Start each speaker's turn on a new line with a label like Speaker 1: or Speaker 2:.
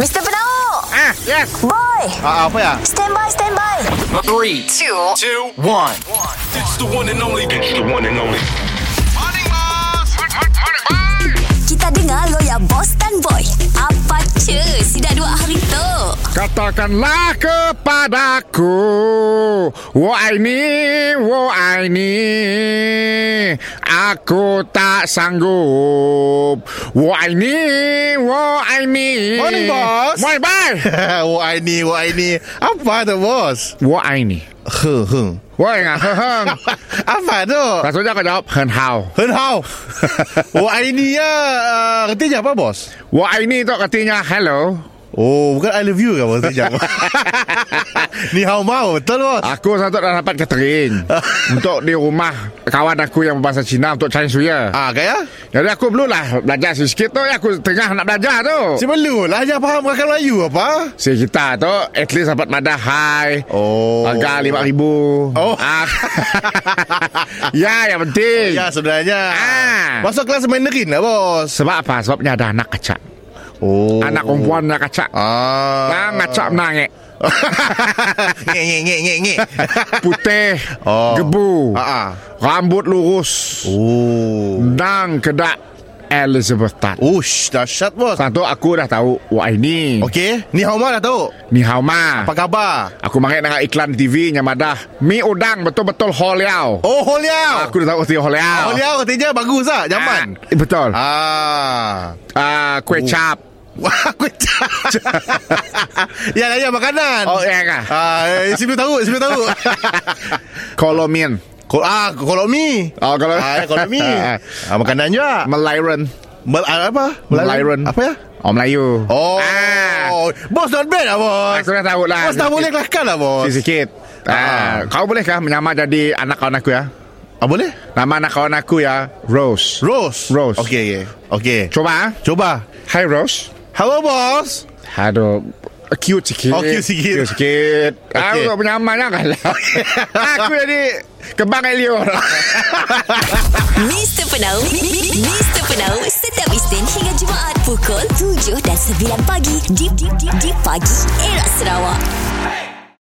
Speaker 1: Mr. Penau
Speaker 2: Ah, yes.
Speaker 1: Boy
Speaker 2: Ah, ah, apa ya?
Speaker 1: Stand by, stand by
Speaker 3: Three, two, two, one.
Speaker 4: It's the one and only. It's the one and only.
Speaker 1: Kita dengar lo ya Boss dan Boy Apa cu Si dah dua hari tu
Speaker 2: Katakanlah kepadaku Wahai ni, wahai ni Aku tak sanggup Wahai ni, wahai ni
Speaker 5: Morning, boss.
Speaker 2: Morning, bye
Speaker 5: Wah ini, wah ini. Apa tu bos?
Speaker 2: Wahai ni
Speaker 5: Heng heng.
Speaker 2: Wahai ngah heng
Speaker 5: Apa tu?
Speaker 2: Maksudnya kau jawab Hen hao
Speaker 5: Hen hao. Wah ini ya. Uh, artinya apa bos?
Speaker 2: Wahai ni tu katanya hello
Speaker 5: Oh, bukan I love you ke bos? Kejap. Ni hao mau, betul bos?
Speaker 2: Aku satu dah dapat catering Untuk di rumah Kawan aku yang berbahasa Cina Untuk Chinese Suya
Speaker 5: Ah, kaya?
Speaker 2: Jadi aku perlulah Belajar sikit tu Aku tengah nak belajar tu
Speaker 5: Si perlu lah ajar faham kakak Melayu apa?
Speaker 2: Si kita tu At least dapat madah high
Speaker 5: Oh.
Speaker 2: Harga RM5,000
Speaker 5: Oh.
Speaker 2: ah. Ya yang penting
Speaker 5: Ya, sebenarnya.
Speaker 2: Ah.
Speaker 5: Masuk kelas Mandarin lah bos.
Speaker 2: Sebab apa? Sebabnya ada anak kacak
Speaker 5: Oh.
Speaker 2: Anak perempuan nak kacak
Speaker 5: Ah.
Speaker 2: Nah, ngacak menangek
Speaker 5: Ngek ngek ngek ngek ngek.
Speaker 2: Putih
Speaker 5: Oh.
Speaker 2: Gebu
Speaker 5: Ah, ah.
Speaker 2: Rambut lurus
Speaker 5: Oh.
Speaker 2: Nang kedak Elizabeth Tan
Speaker 5: Ush, dahsyat bos.
Speaker 2: Satu aku dah tahu Wah ini
Speaker 5: Okey, ni hao mau dah tahu.
Speaker 2: Ni hao ma
Speaker 5: Oh. Apa khabar?
Speaker 2: Aku mangkat dengan iklan TV Yang madah Mi udang betul-betul ho liao
Speaker 5: Oh, ho liao.
Speaker 2: Aku dah tahu si ho liao
Speaker 5: ho liao katanya bagus ah, zaman.
Speaker 2: ah, Betul ah.
Speaker 5: Ah.
Speaker 2: Kue
Speaker 5: Oh.
Speaker 2: cap
Speaker 5: Wah, aku Ya, ya makanan.
Speaker 2: Oh ya kah
Speaker 5: Ah, eh, sebelum tahu, sebelum tahu.
Speaker 2: Kolomian
Speaker 5: Kol ah, kolomi.
Speaker 2: Oh kalau
Speaker 5: Ah, kolomi. ah, makanan juga.
Speaker 2: Melayu
Speaker 5: Mel ah, apa?
Speaker 2: Melayu
Speaker 5: Apa ya?
Speaker 2: Oh Melayu
Speaker 5: Oh.
Speaker 2: ah.
Speaker 5: Bos not bad lah bos.
Speaker 2: Aku dah tahu lah
Speaker 5: Bos dah boleh kelakar lah bos.
Speaker 2: Sikit-sikit ah.
Speaker 5: Ah.
Speaker 2: Kau bolehkah menyamar jadi anak kawan aku ya
Speaker 5: Ah, boleh?
Speaker 2: Nama anak kawan aku ya Rose
Speaker 5: Rose.
Speaker 2: Rose.
Speaker 5: Okey, okey. Okey.
Speaker 2: Coba ah.
Speaker 5: Coba.
Speaker 2: Hi Rose
Speaker 5: Hello bos.
Speaker 2: Aduh Cute sikit
Speaker 5: Oh, cute sikit.
Speaker 2: Cute sikit okay. Aku
Speaker 5: Okay.
Speaker 2: tak punya aman lah kan Aku jadi Kebang Elio
Speaker 1: Mr. Penau Mr. Penau Setiap Isnin hingga Jumaat Pukul 7 dan 9 pagi Di, di, di, di pagi Era Sarawak